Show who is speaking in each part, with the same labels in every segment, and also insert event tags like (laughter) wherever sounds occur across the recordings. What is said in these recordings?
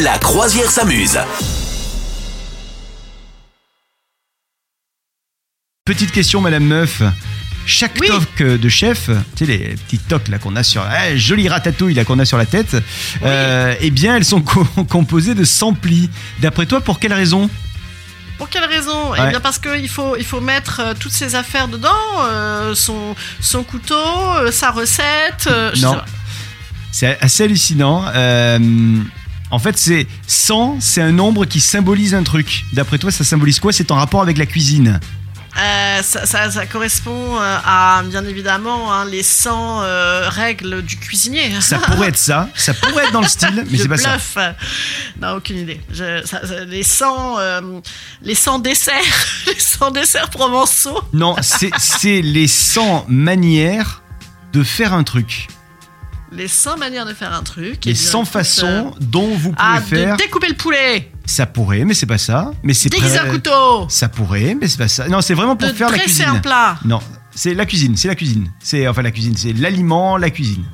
Speaker 1: La croisière s'amuse.
Speaker 2: Petite question, Madame Meuf. Chaque
Speaker 3: Oui.
Speaker 2: toc euh, de chef, tu sais les petits tocs là qu'on a sur, ah, jolie ratatouille là qu'on a sur la tête, euh, eh bien elles sont co- (laughs) composées de 100 plis. D'après toi, pour quelle raison
Speaker 3: Pour quelle raison
Speaker 2: Ouais.
Speaker 3: Eh bien parce qu'il faut, il faut mettre euh, toutes ses affaires dedans, euh, son, son couteau, euh, sa recette. euh, je sais
Speaker 2: Non,
Speaker 3: pas.
Speaker 2: c'est assez hallucinant. Euh, en fait, c'est 100, c'est un nombre qui symbolise un truc. D'après toi, ça symbolise quoi C'est en rapport avec la cuisine.
Speaker 3: Euh, ça, ça- ça correspond euh, à, bien évidemment, hein, les 100 euh, règles du cuisinier. (laughs)
Speaker 2: Ça pourrait être ça, ça pourrait être dans le style, mais
Speaker 3: Je
Speaker 2: c'est pas ça.
Speaker 3: bluffe. Non, aucune idée. Je- ça- ça- les 100 euh, les 100 desserts, (laughs) les 100 desserts provençaux.
Speaker 2: Non, c'est c'est les 100 manières de faire un truc.
Speaker 3: Les 100 manières de faire un truc.
Speaker 2: Les
Speaker 3: Eh bien,
Speaker 2: 100
Speaker 3: écoute, euh,
Speaker 2: façons dont vous pouvez
Speaker 3: Ah,
Speaker 2: faire.
Speaker 3: de découper le poulet,
Speaker 2: Ça pourrait, mais c'est pas ça. Mais c'est
Speaker 3: déguiser
Speaker 2: prêt-
Speaker 3: un couteau,
Speaker 2: Ça pourrait, mais c'est pas ça. Non, c'est vraiment pour
Speaker 3: de
Speaker 2: faire la
Speaker 3: dresser un
Speaker 2: cuisine.
Speaker 3: plat.
Speaker 2: Non, c'est la cuisine, c'est la cuisine. C'est enfin la cuisine, c'est l'aliment, la cuisine.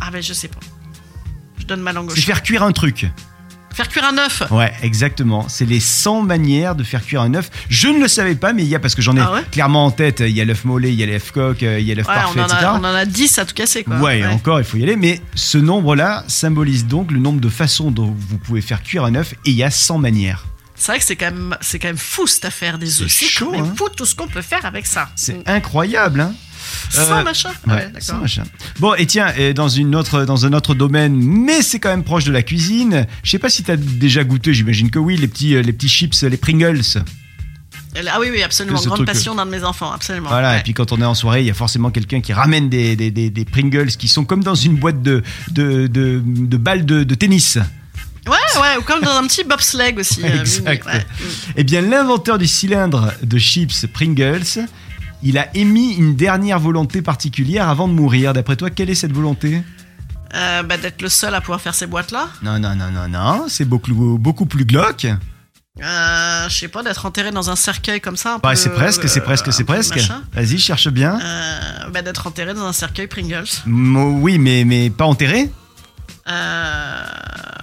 Speaker 3: Ah ben je sais pas. Je donne ma langue au
Speaker 2: C'est
Speaker 3: chat.
Speaker 2: faire cuire un truc.
Speaker 3: Faire cuire un œuf.
Speaker 2: Ouais, exactement. C'est les 100 manières de faire cuire un œuf. Je ne le savais pas, mais il y a, parce que j'en ai
Speaker 3: Ah ouais
Speaker 2: clairement en tête, il y a l'œuf mollet, il y a l'œuf coq, euh, il y a l'œuf
Speaker 3: Ouais, on
Speaker 2: parfait,
Speaker 3: en,
Speaker 2: etc.
Speaker 3: a, on en a 10 à tout casser quoi.
Speaker 2: Ouais, hein. encore, il faut y aller. Mais ce nombre-là symbolise donc le nombre de façons dont vous pouvez faire cuire un œuf et il y a 100 manières.
Speaker 3: C'est vrai que c'est quand même, c'est quand même fou cette affaire des œufs.
Speaker 2: C'est
Speaker 3: C'est
Speaker 2: chaud,
Speaker 3: quand même
Speaker 2: hein.
Speaker 3: fou tout ce qu'on peut faire avec ça.
Speaker 2: C'est incroyable, hein
Speaker 3: Sans
Speaker 2: Euh,
Speaker 3: machin.
Speaker 2: Ouais,
Speaker 3: Ouais,
Speaker 2: sans
Speaker 3: d'accord.
Speaker 2: machin. Bon, et tiens, et dans, une autre, dans un autre domaine, mais c'est quand même proche de la cuisine, je sais pas si t'as déjà goûté, j'imagine que oui, les petits, euh, les petits chips, les Pringles.
Speaker 3: Ah oui, oui, absolument.
Speaker 2: Que ce
Speaker 3: Grande
Speaker 2: truc- euh,
Speaker 3: passion d'un de mes enfants, absolument.
Speaker 2: Voilà,
Speaker 3: Ouais.
Speaker 2: et puis quand on est en soirée, il y a forcément quelqu'un qui ramène des, des, des- des Pringles qui sont comme dans une boîte de, de, de, de balles de, de tennis.
Speaker 3: ouais, ouais, ou comme dans un petit bobsleigh aussi. euh, mini,
Speaker 2: Exact.
Speaker 3: ouais.
Speaker 2: Eh bien, l'inventeur du cylindre de chips Pringles, il a émis une dernière volonté particulière avant de mourir. D'après toi, quelle est cette volonté
Speaker 3: Euh, bah, D'être le seul à pouvoir faire ces boîtes là.
Speaker 2: Non, non, non, non, non, c'est beaucoup, beaucoup plus glauque.
Speaker 3: Euh, Je sais pas, d'être enterré dans un cercueil comme ça. un
Speaker 2: Bah,
Speaker 3: peu,
Speaker 2: c'est presque, c'est
Speaker 3: euh,
Speaker 2: presque, c'est
Speaker 3: un peu
Speaker 2: presque.
Speaker 3: machin.
Speaker 2: Vas-y, cherche bien.
Speaker 3: Euh, bah, D'être enterré dans un cercueil Pringles.
Speaker 2: Mo- oui, mais, mais pas enterré
Speaker 3: Euh,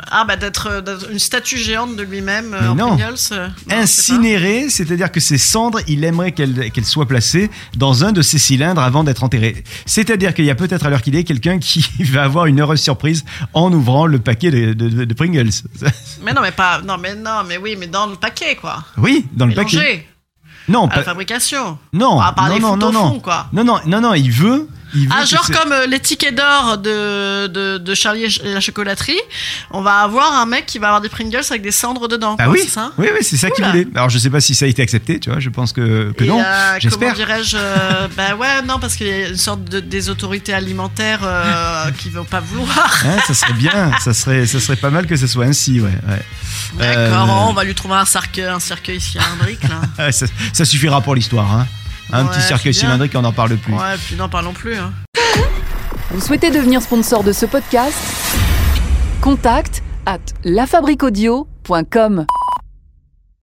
Speaker 3: Ah bah d'être euh, d'être une statue géante de lui-même euh,
Speaker 2: Mais
Speaker 3: en
Speaker 2: non.
Speaker 3: Pringles. euh, non, je sais pas.
Speaker 2: Incinéré, c'est-à-dire que ses cendres, il aimerait qu'elles qu'elles soient placées dans un de ses cylindres avant d'être enterré. C'est-à-dire qu'il y a peut-être à l'heure qu'il est quelqu'un (laughs) qui va avoir une heureuse surprise en ouvrant le paquet de, de- de Pringles. (laughs)
Speaker 3: Mais non mais pas non mais non mais oui mais dans le paquet quoi.
Speaker 2: Oui, dans le
Speaker 3: Mélangé
Speaker 2: paquet. Non,
Speaker 3: à la
Speaker 2: pas-
Speaker 3: fabrication.
Speaker 2: non,
Speaker 3: Ah, par
Speaker 2: non,
Speaker 3: les
Speaker 2: non,
Speaker 3: photos
Speaker 2: non,
Speaker 3: au
Speaker 2: non.
Speaker 3: fond, quoi.
Speaker 2: Non, non, non, non, il veut. Il veut
Speaker 3: Ah
Speaker 2: que
Speaker 3: genre
Speaker 2: ce-
Speaker 3: comme euh, les tickets d'or de, de, de Charlie et ch- et la chocolaterie, on va avoir un mec qui va avoir des Pringles avec des cendres dedans.
Speaker 2: Ah
Speaker 3: quoi,
Speaker 2: oui,
Speaker 3: c'est ça hein
Speaker 2: oui, oui, c'est ça qu'il
Speaker 3: Oula.
Speaker 2: voulait. Alors je sais pas si ça a été accepté, tu vois. Je pense que, que
Speaker 3: Et,
Speaker 2: non.
Speaker 3: euh, comment
Speaker 2: J'espère. (laughs)
Speaker 3: dirais-je euh, Bah ouais, non, parce qu'il y a une sorte de, des autorités alimentaires euh, qui vont pas vouloir.
Speaker 2: Hein, ça serait
Speaker 3: (laughs)
Speaker 2: bien, ça serait, ça serait pas mal que ce soit ainsi, ouais. ouais.
Speaker 3: D'accord,
Speaker 2: Euh,
Speaker 3: on va lui trouver un cercueil, un cercueil cylindrique là.
Speaker 2: Ah, ça, ça suffira pour l'histoire, hein. Un
Speaker 3: Ouais,
Speaker 2: petit cercueil
Speaker 3: c'est bien.
Speaker 2: cylindrique, on n'en parle plus.
Speaker 3: Ouais, puis n'en parlons plus. Hein.
Speaker 4: Vous souhaitez devenir sponsor de ce podcast Contact à lafabriquaudio.com.